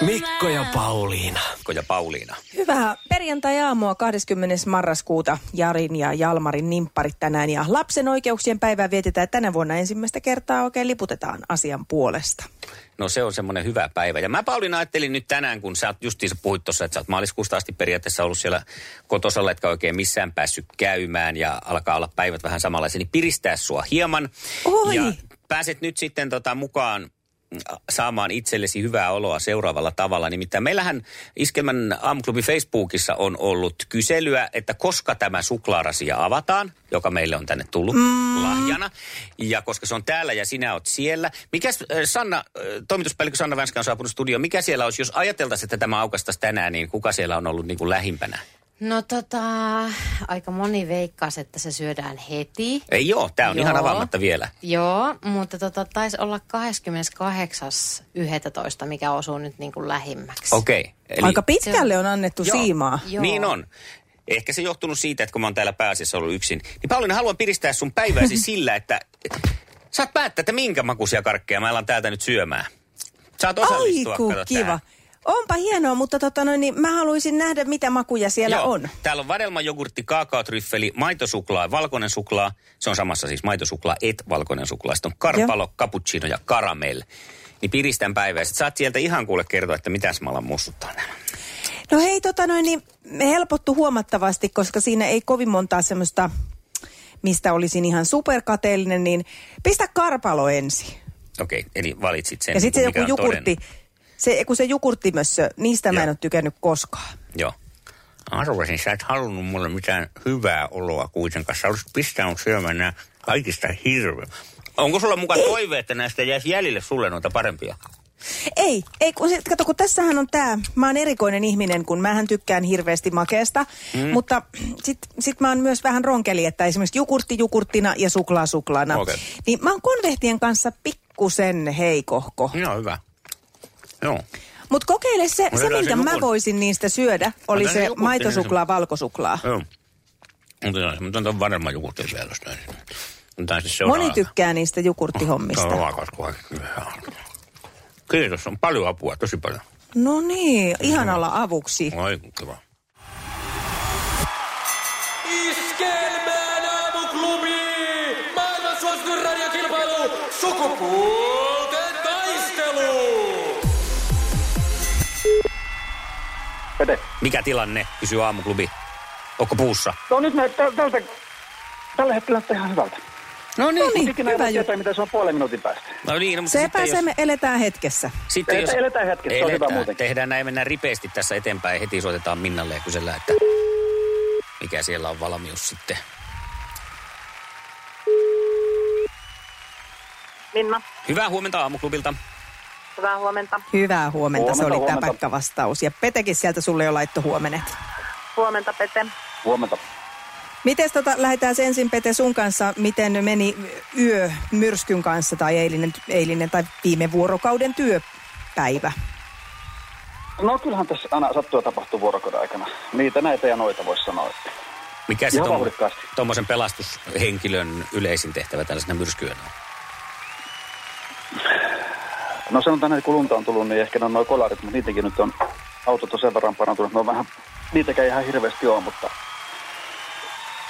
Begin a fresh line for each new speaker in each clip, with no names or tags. Mikko ja Pauliina.
Mikko ja Pauliina.
Hyvää perjantai-aamua 20. marraskuuta. Jarin ja Jalmarin nimpparit tänään ja lapsen oikeuksien päivää vietetään tänä vuonna ensimmäistä kertaa oikein liputetaan asian puolesta.
No se on semmoinen hyvä päivä. Ja mä Pauliina ajattelin nyt tänään, kun sä oot justiinsa puhuit tuossa, että sä oot maaliskuusta asti periaatteessa ollut siellä kotosalla, etkä oikein missään päässyt käymään ja alkaa olla päivät vähän samanlaisia, niin piristää sua hieman.
Oi!
Ja pääset nyt sitten tota mukaan saamaan itsellesi hyvää oloa seuraavalla tavalla. Nimittäin meillähän Iskelmän aamuklubi Facebookissa on ollut kyselyä, että koska tämä suklaarasia avataan, joka meille on tänne tullut mm. lahjana, ja koska se on täällä ja sinä oot siellä. Mikäs, äh, Sanna, äh, toimituspäällikkö Sanna Vänskä on saapunut studioon, mikä siellä olisi, jos ajateltaisiin, että tämä aukastaisi tänään, niin kuka siellä on ollut niin kuin lähimpänä?
No tota, aika moni veikkaas, että se syödään heti.
Ei joo, tämä on ihan
Joo.
avaamatta vielä.
Joo, mutta tota, taisi olla 28.11., mikä osuu nyt niin kuin lähimmäksi.
Okei. Okay,
Eli... Aika pitkälle on annettu
Joo.
siimaa.
Joo.
Niin on. Ehkä se johtunut siitä, että kun mä oon täällä pääasiassa ollut yksin. Niin Pauliina, haluan piristää sun päivääsi sillä, että saat päättää, että minkä makuisia karkkeja mä alan täältä nyt syömään. Saat osallistua.
Aiku,
kato
kiva.
tähän.
Onpa hienoa, mutta tota noin, niin mä haluaisin nähdä, mitä makuja siellä
Joo.
on.
Täällä on vadelmajogurtti, kaakaotryffeli, maitosuklaa, valkoinen suklaa. Se on samassa siis maitosuklaa, et valkoinen suklaa. Sitten on karpalo, cappuccino ja karamel. Niin piristän päivää. Sitten saat sieltä ihan kuule kertoa, että mitäs mä alan mussuttaa nämä.
No hei, tota noin, niin helpottu huomattavasti, koska siinä ei kovin montaa semmoista, mistä olisin ihan superkateellinen, niin pistä karpalo ensin.
Okei, okay, eli valitsit sen. niin
ja sitten se
mikä
joku
on
jukurtti, se, kun se jukurttimössö, niistä mä
Joo.
en ole tykännyt koskaan.
Joo. Arvasin, sä et halunnut mulle mitään hyvää oloa kuitenkaan. Sä olisit pistänyt syömään nämä kaikista hirveä. Onko sulla mukaan toive, että näistä jäisi jäljelle sulle noita parempia?
Ei, ei kun, se, kato, kun tässähän on tämä, mä oon erikoinen ihminen, kun mähän tykkään hirveästi makeesta, mm. mutta sitten sit mä oon myös vähän ronkeli, että esimerkiksi jukurtti jukurttina ja suklaa suklaana.
Okei.
Niin mä oon konvehtien kanssa pikkusen heikohko. Mm.
Joo, hyvä. Joo.
Mutta kokeile se, se
otetaan se
minkä mä
jukurt-
voisin niistä syödä, oli
Otetaan se
se
jukurtti
maitosuklaa, valkosuklaa.
Joo. Mutta on tuon varma joku tyyppiäilystä. Mutta siis
Moni tykkää niistä jukurttihommista.
Kiitos, on paljon apua, tosi paljon.
No niin, ihanalla avuksi.
Oi, kiva.
Iskelmään aamuklubi! Maailman suosituin radiokilpailu! Sukupuolten taistelu!
Pete.
Mikä tilanne, kysyy aamuklubi. Onko puussa?
No nyt näyttää tältä, tällä hetkellä näyttää ihan hyvältä.
No niin.
Niin,
Ikinä ei
hyvä
voi
ju-
tietää, mitä se on puolen minuutin päästä.
No niin, no, mutta
Se
sitten jos-
pääsee, me eletään hetkessä.
Sitten jos
Eletään- eletään hetkessä, se on hyvä muutenkin.
Tehdään näin, mennään ripeästi tässä eteenpäin. Heti soitetaan Minnalle ja kysellään, että mikä siellä on valmius sitten.
Minna,
Hyvää huomenta aamuklubilta.
hyvää huomenta.
Hyvää huomenta,
Huomenta,
se oli tämä
huomenta.
päkkävastaus. Ja Petekin sieltä sulle jo laitto huomenet.
Huomenta, Pete.
Huomenta.
Miten tota, lähdetään se ensin Pete sun kanssa, miten meni yö myrskyn kanssa tai eilinen, eilinen tai viime vuorokauden työpäivä?
No kyllähän tässä aina sattuu ja tapahtuu vuorokauden aikana. Niitä näitä ja noita voisi sanoa. että
Mikä se
Ihan
on
vauhdikkaasti.
tuommoisen pelastushenkilön yleisin tehtävä tällaisena myrskyönä on?
No sanotaan, että kun lunta on tullut, niin ehkä ne on noin kolarit, mutta niitäkin nyt on autot on sen verran parantunut. No vähän, niitäkään ihan hirveästi on, mutta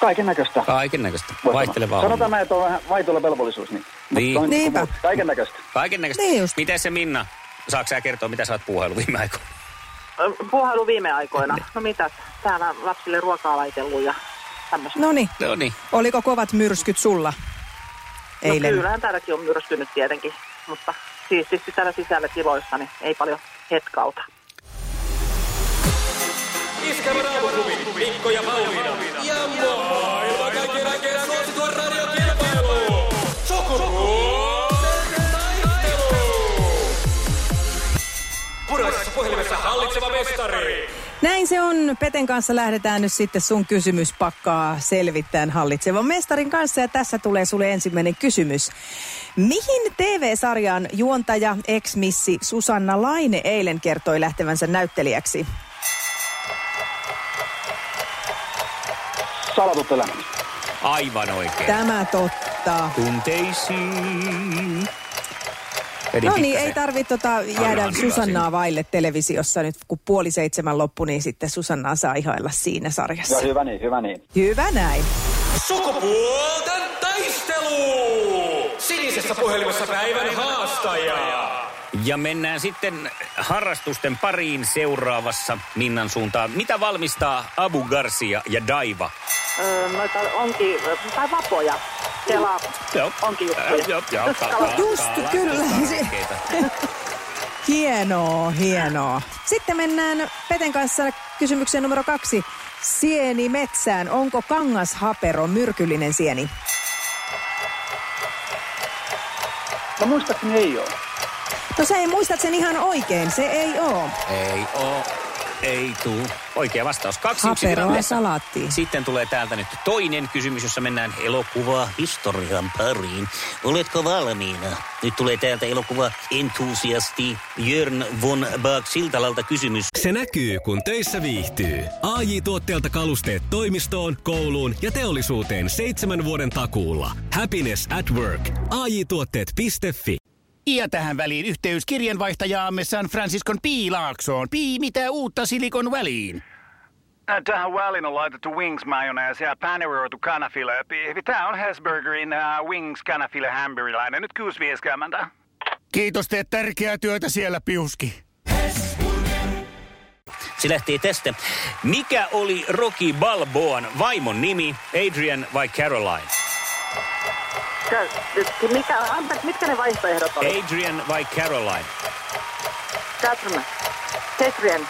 kaiken näköistä.
Kaiken näköistä. Vaihtelevaa
Sanotaan
hommaa.
näin, että on vähän vaihtoilla velvollisuus. Niin.
Niin.
Niinpä.
Kaiken näköistä.
Kaiken näköistä.
Niin just.
Miten se Minna? Saatko sä kertoa, mitä sä oot puuhailu viime aikoina?
Ö, Puuhailu viime aikoina. No mitä, täällä lapsille ruokaa laitellut ja tämmöistä.
No niin,
No niin.
oliko kovat myrskyt sulla
no
eilen?
kyllähän täälläkin on myrskynyt tietenkin, mutta siististi täällä sisällä tiloissa, niin ei paljon hetkauta.
Iskelmän aamuklubi! Mikko ja Pauliina! Ja maailman kaikkien aikeen suosituin radiokilpailu! Sukupuolten taistelu! Puraisessa puhelimessa hallitseva mestari!
Näin se on. Peten kanssa lähdetään nyt sitten sun kysymyspakkaa selvittämään hallitsevan mestarin kanssa. Ja tässä tulee sulle ensimmäinen kysymys. Mihin TV-sarjan juontaja ex-missi Susanna Laine eilen kertoi lähtevänsä näyttelijäksi?
Salatut elämästä.
Aivan oikein.
Tämä totta.
Tunteisiin. Eli
No niin,
pikkasen-
ei tarvitse tota jäädä
Anna
Susannaa
siinä.
vaille televisiossa nyt, kun puoli seitsemän loppu, niin sitten Susannaa saa ihailla siinä sarjassa.
Ja hyvä niin, hyvä niin.
Hyvä näin.
Sukupuolten taistelu! Sinisessä puhelimessa päivän haastaja.
Ja mennään sitten harrastusten pariin seuraavassa Minnan suuntaan. Mitä valmistaa Abu Garcia ja Daiva?
Öö, noita onkin, tai vapoja. Kela,
Joo.
onkin
Äh,
juttuja.
joo, joo, ka- ka-
Just,
ka-
kyllä.
tarvikkeita.
Hienoa, hienoa. Sitten mennään Peten kanssa kysymykseen numero kaksi. Sieni metsään. Onko kangashapero myrkyllinen sieni?
No muistaakseni ei ole.
No sä ei muistat sen ihan oikein. Se ei oo.
Ei oo, ei tuu. Oikea vastaus. Kaksi yksi
Haperoa
tilanteessa.
salaattiin.
Sitten tulee täältä nyt toinen kysymys, jossa mennään elokuvaa historian pariin. Oletko valmiina? Nyt tulee täältä elokuva entusiasti Jörn von Baak Siltalalta kysymys.
Se näkyy, kun töissä viihtyy. ai tuotteelta kalusteet toimistoon, kouluun ja teollisuuteen seitsemän vuoden takuulla. Happiness at work. AJ tuotteet.fi.
Ja tähän väliin yhteys kirjanvaihtajaamme San Franciscon P. Laaksoon. Pii, mitä uutta Silikon väliin?
Tähän väliin on laitettu wings mayonnaise ja paneroitu kanafila. Tämä on Hesburgerin uh, wings kanafila hamburilainen. Nyt kuusi vieskäämäntä.
Kiitos, teet tärkeää työtä siellä, Piuski.
Se lähtee tästä. Mikä oli Rocky Balboan vaimon nimi, Adrian vai Caroline?
Kä- Mikä, anteeksi, mitkä ne vaihtoehdot oli?
Adrian vai Caroline?
Catherine. Catherine.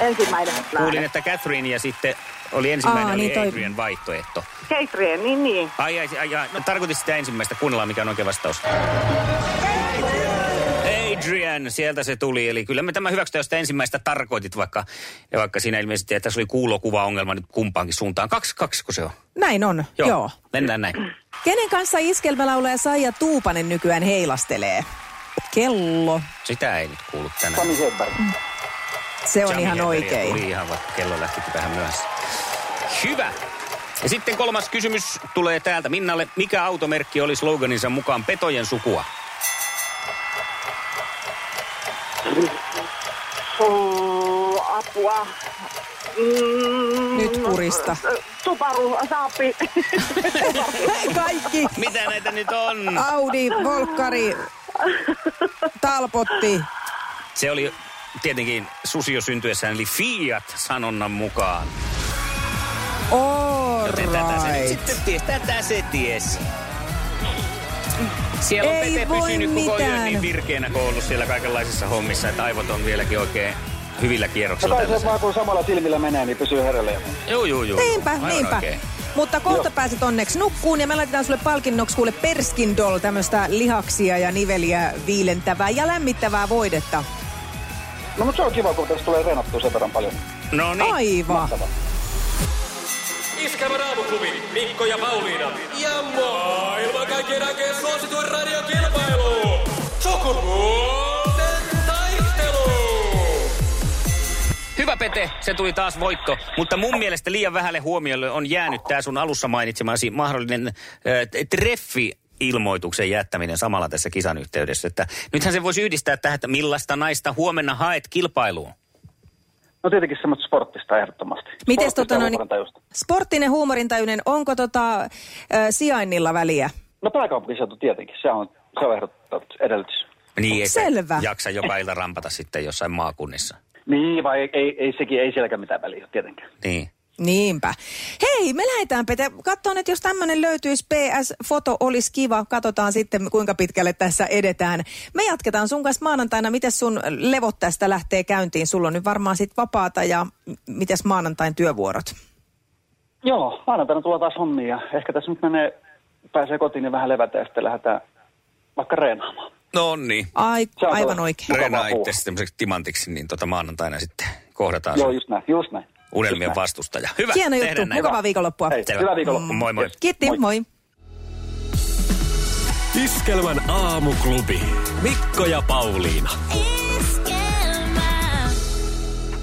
Ensimmäinen
Kuulin,
lähde.
että Catherine ja sitten oli ensimmäinen
Aa,
oli
niin toi-
Adrian vaihtoehto.
Catherine, niin niin.
Ai, ai, ai, ai. No, tarkoitin sitä ensimmäistä. Kuunnellaan, mikä on oikein vastaus. Adrian, sieltä se tuli. Eli kyllä me tämä hyväksytään, jos sitä ensimmäistä tarkoitit, vaikka, ja vaikka siinä ilmeisesti, että tässä oli kuulokuvaongelma nyt kumpaankin suuntaan. Kaksi, kaksi, kun se on.
Näin on,
Joo.
joo.
Joo. Mennään näin.
Kenen kanssa iskelmälaulaja Saija Tuupanen nykyään heilastelee? Kello.
Sitä ei nyt kuulu tänään.
Sami Hedberg.
Se on
Jami
ihan
Hedberg,
oikein.
Tuli ihan vaikka kello lähtikin vähän myöhässä. Hyvä. Ja sitten kolmas kysymys tulee täältä Minnalle. Mikä automerkki oli sloganinsa mukaan petojen sukua?
Uu, apua. Mm,
Nyt kurista.
ö, Subaru, Saapi.
Kaikki.
Mitä näitä nyt on?
Audi, Volkkari, Talpotti.
Se oli tietenkin susio syntyessään, eli Fiat-sanonnan mukaan.
All
Joten tätä se nyt
right.
sitten ties. Tätä se ties. Siellä on
Ei
Pete
voi
pysynyt koko yön
mitään.
niin virkeänä koulussa siellä kaikenlaisissa hommissa, että aivot on vieläkin oikein hyvillä
No
kierroksilla.
kai se
tällaisella.
vaan kun samalla silmillä menee, niin pysyy hereillä.
Joo, joo, joo.
Niinpä,
Aivan
niinpä.
oikein.
Mutta kohta pääset onneksi nukkuun ja me laitetaan sulle palkinnoksi kuule Perskindol, tämmöistä lihaksia ja niveliä viilentävää ja lämmittävää voidetta.
No mutta se on kiva, kun tässä tulee reenattua sen verran paljon.
No niin.
Aivan.
Iskävä raamuklubi, Mikko ja Pauliina. Ja maailman kaikkien aikeen suosituen radiokilpailu. Sukupuolten taistelu.
Hyvä Pete, se tuli taas voitto, mutta mun mielestä liian vähälle huomiolle on jäänyt tämä sun alussa mainitsemasi mahdollinen äh, treffi ilmoituksen jättäminen samalla tässä kisan yhteydessä. Että nythän se voisi yhdistää tähän, että millaista naista huomenna haet kilpailuun.
No tietenkin semmoista sporttista ehdottomasti.
Mites
Sporttista
tota noin,
huumorintajuista.
sporttinen huumorintajuinen, onko tota ö, sijainnilla väliä?
No pääkaupunkiseutu tietenkin, se on, se on ehdottanut edellytys.
Niin, ei se
Selvä.
jaksa joka ilta rampata sitten jossain maakunnissa.
Niin, vai ei, ei, ei sekin, ei sielläkään mitään väliä ole tietenkään.
Niin.
Niinpä. Hei, me lähdetään Pete katsomaan, että jos tämmöinen löytyisi PS-foto, olisi kiva. Katsotaan sitten, kuinka pitkälle tässä edetään. Me jatketaan sun kanssa maanantaina. Miten sun levot tästä lähtee käyntiin? Sulla on nyt varmaan sit vapaata ja m- mites maanantain työvuorot?
Joo, maanantaina tulee taas hommia ja ehkä tässä nyt menee, pääsee kotiin niin vähän levätä ja sitten lähdetään vaikka reenaamaan.
No niin.
Ai,
Se on
aivan
kyllä.
oikein.
Mukavaa
Reenaa
puhua.
itse semmoiseksi timantiksi, niin tota maanantaina sitten kohdataan
Joo,
Joo,
just näin, just näin.
unelmien
Just näin.
vastustaja. Hyvä,
Hieno
tehdään
juttu.
näin
Mukavaa
vaan.
viikonloppua.
Hei,
Selvä.
hyvää viikonloppua.
Moi moi.
Kiitti,
Moi.
moi.
Iskelmän aamuklubi. Mikko ja Pauliina.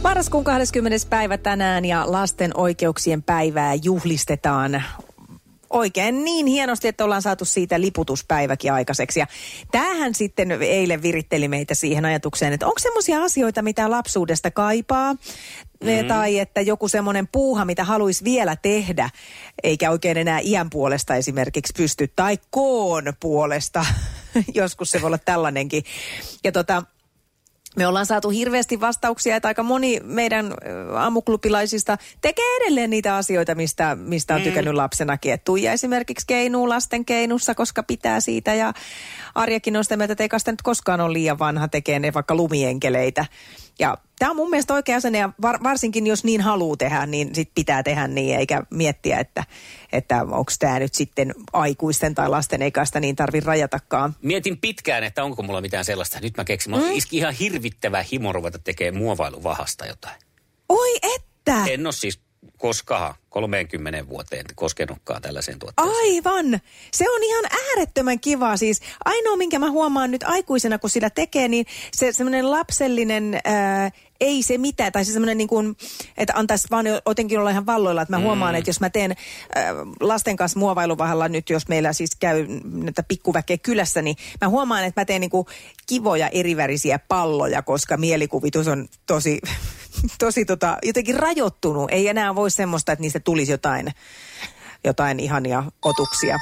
Marraskuun 20. päivä tänään ja lasten oikeuksien päivää juhlistetaan oikein niin hienosti, että ollaan saatu siitä liputuspäiväkin aikaiseksi. Ja tämähän sitten eilen viritteli meitä siihen ajatukseen, että onko semmoisia asioita, mitä lapsuudesta kaipaa, mm. tai että joku semmoinen puuha, mitä haluaisi vielä tehdä, eikä oikein enää iän puolesta esimerkiksi pysty, tai koon puolesta. Joskus se voi olla tällainenkin. Ja tota, me ollaan saatu hirveästi vastauksia, että aika moni meidän ö, aamuklubilaisista tekee edelleen niitä asioita, mistä, mistä on tykännyt lapsenakin. Et Tuija esimerkiksi keinuu lasten keinussa, koska pitää siitä ja Arjakin on sitä mieltä, että ei kai sitä nyt koskaan ole liian vanha tekee ne vaikka lumienkeleitä. Ja tämä on mun mielestä oikea asenne ja var, varsinkin jos niin haluaa tehdä, niin sit pitää tehdä niin eikä miettiä, että, että onko tämä nyt sitten aikuisten tai lasten eikä sitä niin tarvitse rajatakaan.
Mietin pitkään, että onko mulla mitään sellaista. Nyt mä keksin, mulla mm. iski ihan hirvittävä himo ruveta tekemään muovailuvahasta jotain.
Oi että!
En ole siis koskaan 30 vuoteen koskenutkaan tällaiseen tuotteeseen.
Aivan. Se on ihan äärettömän kiva. Siis ainoa, minkä mä huomaan nyt aikuisena, kun sitä tekee, niin se semmoinen lapsellinen... Ää, ei se mitään, tai se semmoinen niin kuin, että antaisi vaan jo- jotenkin olla ihan valloilla, että mä huomaan, että jos mä teen äh, lasten kanssa muovailuvahalla nyt, jos meillä siis käy näitä pikkuväkeä kylässä, niin mä huomaan, että mä teen niin kuin kivoja erivärisiä palloja, koska mielikuvitus on tosi, tosi tota, jotenkin rajoittunut. Ei enää voi semmoista, että niistä tulisi jotain jotain ihania otuksia.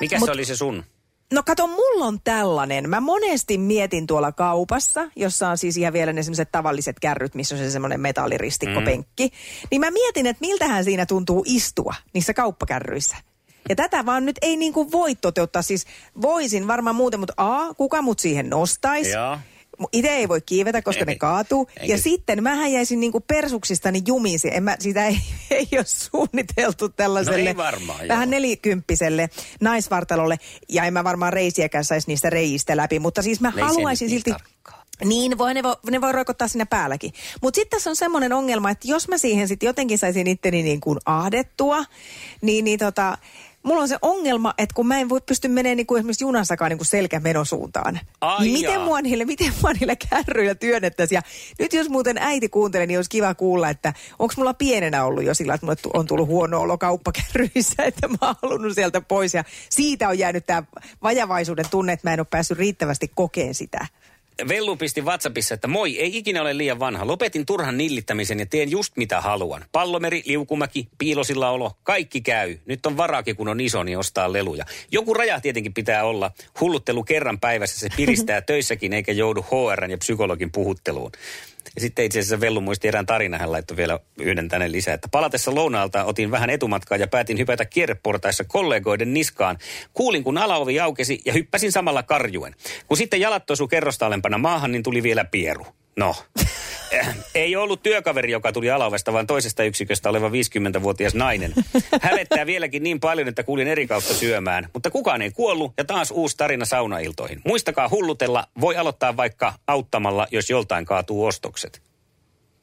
Mikä Mut... se oli se sun?
No kato, mulla on tällainen. Mä monesti mietin tuolla kaupassa, jossa on siis ihan vielä ne semmoiset tavalliset kärryt, missä on se semmoinen metalliristikkopenkki. Mm. Niin mä mietin, että miltähän siinä tuntuu istua niissä kauppakärryissä. Ja tätä vaan nyt ei niin kuin voi toteuttaa. Siis voisin varmaan muuten, mutta A, kuka mut siihen nostaisi?
Joo.
Itse ei voi kiivetä, koska ne
Ei.
kaatuu.
Eikä-
Ja sitten mä jäisin niinku persuksistani jumiin. Se- En mä, sitä ei, ei ole suunniteltu tällaiselle
No ei varmaan,
vähän
joo.
nelikymppiselle naisvartalolle. Ja en mä varmaan reisiäkään saisi niistä reijistä läpi, mutta siis mä
ei se
haluaisin
nyt niin
silti...
tarkkaa.
Niin, voi, ne, voi, ne voi roikottaa siinä päälläkin. Mutta sitten tässä on semmoinen ongelma, että jos mä siihen sitten jotenkin saisin itteni niin kuin ahdettua, niin, niin tota, mulla on se ongelma, että kun mä en voi pysty menemään niin kuin esimerkiksi junassakaan niin kuin selkämenosuuntaan.
Ai
niin miten
jaa.
mua, niille, miten mua niillä kärryillä työnnettäisiin? Ja nyt jos muuten äiti kuuntelee, niin olisi kiva kuulla, että onko mulla pienenä ollut jo sillä, että mulle tu- on tullut huono olo kauppakärryissä, että mä oon halunnut sieltä pois. Ja siitä on jäänyt tämä vajavaisuuden tunne, että mä en ole päässyt riittävästi kokeen sitä.
Vellu pisti WhatsAppissa, että moi, ei ikinä ole liian vanha. Lopetin turhan nillittämisen ja teen just mitä haluan. Pallomeri, liukumäki, piilosilla olo, kaikki käy. Nyt on varaakin, kun on iso, niin ostaa leluja. Joku raja tietenkin pitää olla. Hulluttelu kerran päivässä, se piristää töissäkin eikä joudu HR ja psykologin puhutteluun. Ja sitten itse asiassa Vellu muisti erään tarinan, hän laittoi vielä yhden tänne lisää, että palatessa lounaalta otin vähän etumatkaa ja päätin hypätä kierreportaissa kollegoiden niskaan. Kuulin, kun alaovi aukesi ja hyppäsin samalla karjuen. Kun sitten jalat osu kerrosta alempana maahan, niin tuli vielä pieru. No. Eh, Ei ollut työkaveri, joka tuli alavesta, vaan toisesta yksiköstä oleva 50-vuotias nainen. Hävettää vieläkin niin paljon, että kuulin eri kautta syömään. Mutta kukaan ei kuollut ja taas uusi tarina saunailtoihin. Muistakaa hullutella, voi aloittaa vaikka auttamalla, jos joltain kaatuu ostokset.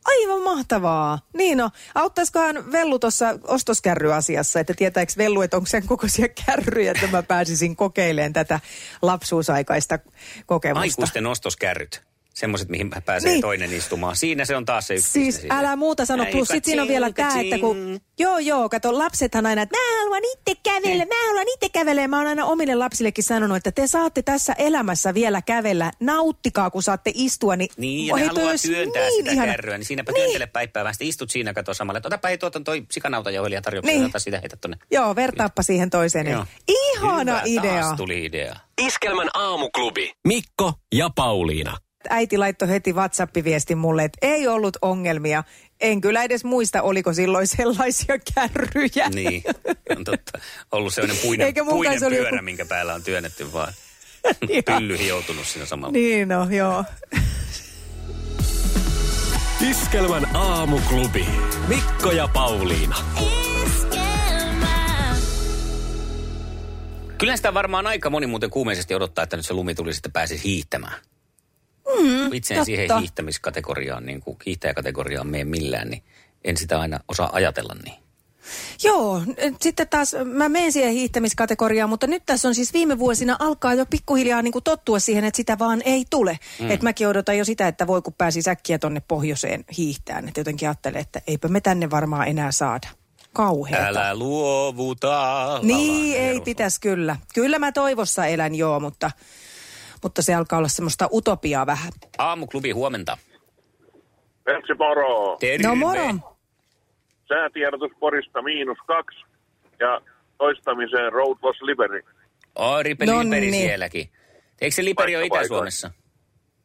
Aivan mahtavaa. Niin no, auttaisikohan Vellu tuossa ostoskärryasiassa, että tietääkö Vellu, että onko sen kokoisia kärryjä, että mä pääsisin kokeilemaan tätä lapsuusaikaista kokemusta.
Aikuisten ostoskärryt. Semmoiset, mihin pääsee
Niin.
niin. toinen istumaan. Siinä se on taas se yksi.
Siis älä muuta sano, plus sit siinä on vielä tämä, että kun... Joo, joo, kato, lapsethan aina, että mä haluan itse kävellä, mä haluan itse kävellä. Ja mä oon aina omille lapsillekin sanonut, että te saatte tässä elämässä vielä kävellä. Nauttikaa, kun saatte istua, niin...
Niin, ja
Voi,
ne
toi
haluaa
olisi
työntää niin sitä
ihana.
kärryä, niin siinäpä niin. työntele päippää vähän. Sitten istut siinä, kato samalla, että otapa hei tuota toi sikanauta ja ja tarjouksia,
Niin.
niin. ota sitä heitä tonne.
Joo, vertaappa siihen toiseen. niin-
Joo.
Ihana
Hyvä,
idea.
Taas tuli idea.
Iskelmän aamuklubi. Mikko ja Pauliina.
äiti laittoi heti WhatsApp-viesti mulle, että ei ollut ongelmia. En kyllä edes muista, oliko silloin sellaisia kärryjä.
Niin, on totta. Ollut sellainen puinen,
Eikä mun
puinen
kanssa oli
pyörä,
joku-
minkä päällä on työnnetty vaan.
Ihan.
Pylly hioutunut siinä samalla.
Niin no, joo.
Iskelmän aamuklubi. Mikko ja Pauliina.
Kyllä sitä varmaan aika moni muuten kuumeisesti odottaa, että nyt se lumi tuli sitten pääsisi hiihtämään. Mm, Itse en siihen
totta.
hiihtämiskategoriaan, niin kuin hiihtäjäkategoriaan mene millään, niin en sitä aina osaa ajatella niin.
Joo, n- sitten taas mä menen siihen hiihtämiskategoriaan, mutta nyt tässä on siis viime vuosina alkaa jo pikkuhiljaa niin kuin tottua siihen, että sitä vaan ei tule. Mm. Että mäkin odotan jo sitä, että voi kun pääsi äkkiä tonne pohjoiseen hiihtään. Että jotenkin ajattelee, että eipä me tänne varmaan enää saada. Kauheeta.
Älä luovuta. la,
Niin,
la,
ei
Eero.
pitäisi kyllä. Kyllä mä toivossa elän joo, mutta, mutta se alkaa olla semmoista utopiaa vähän.
Aamuklubi, huomenta.
Pertsi Poro.
Terve.
No moro.
Säätiedotus Porista miinus kaksi ja toistamiseen Road was Liberi.
Oh, ripeli,
No
liperi
niin.
sielläkin. Eikö se liperi ole
Paikka paikoin.
Itä-Suomessa?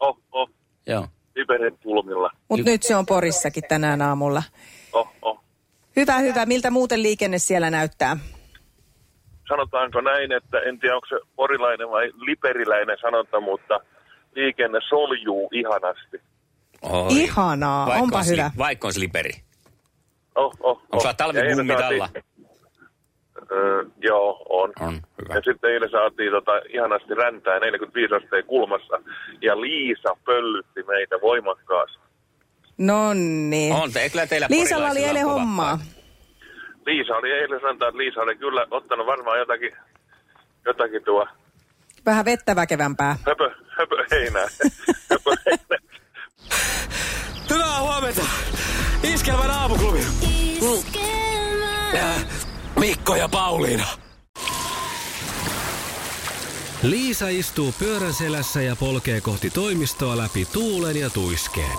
Oh, oh,
Joo.
Liberin kulmilla.
Mutta nyt se on Porissakin tänään aamulla.
Oh, oh.
Hyvä, hyvä. Miltä muuten liikenne siellä näyttää?
Sanotaanko näin, että en tiedä onko se porilainen vai liberiläinen sanonta, mutta liikenne soljuu ihanasti.
Oi.
Ihanaa, onpa
on sli-
hyvä.
Vaikka on sliperi.
Oh, oh,
Onko sulla
oh.
talvikummit
Ja eilen saatiin-
alla?
Öö, joo, on.
On, hyvä.
Ja sitten eilen saatiin tota, ihanasti räntää 45 asteen kulmassa ja Liisa pöllytti meitä voimakkaasti.
Nonni.
On, te- kyllä teillä
Niin. Liisalla oli
porilaisilla
eilen
on kova
hommaa.
Liisa oli eilen sanotaan, että Liisa oli kyllä ottanut varmaan jotakin, jotakin tuo
Vähän vettä väkevämpää.
höpö, höpö heinää. höpö heinää.
Hyvää huomenta. Iskelmän aamuklubi. Äh, Mikko ja Pauliina. Liisa istuu pyörän selässä ja polkee kohti toimistoa läpi tuulen ja tuiskeen.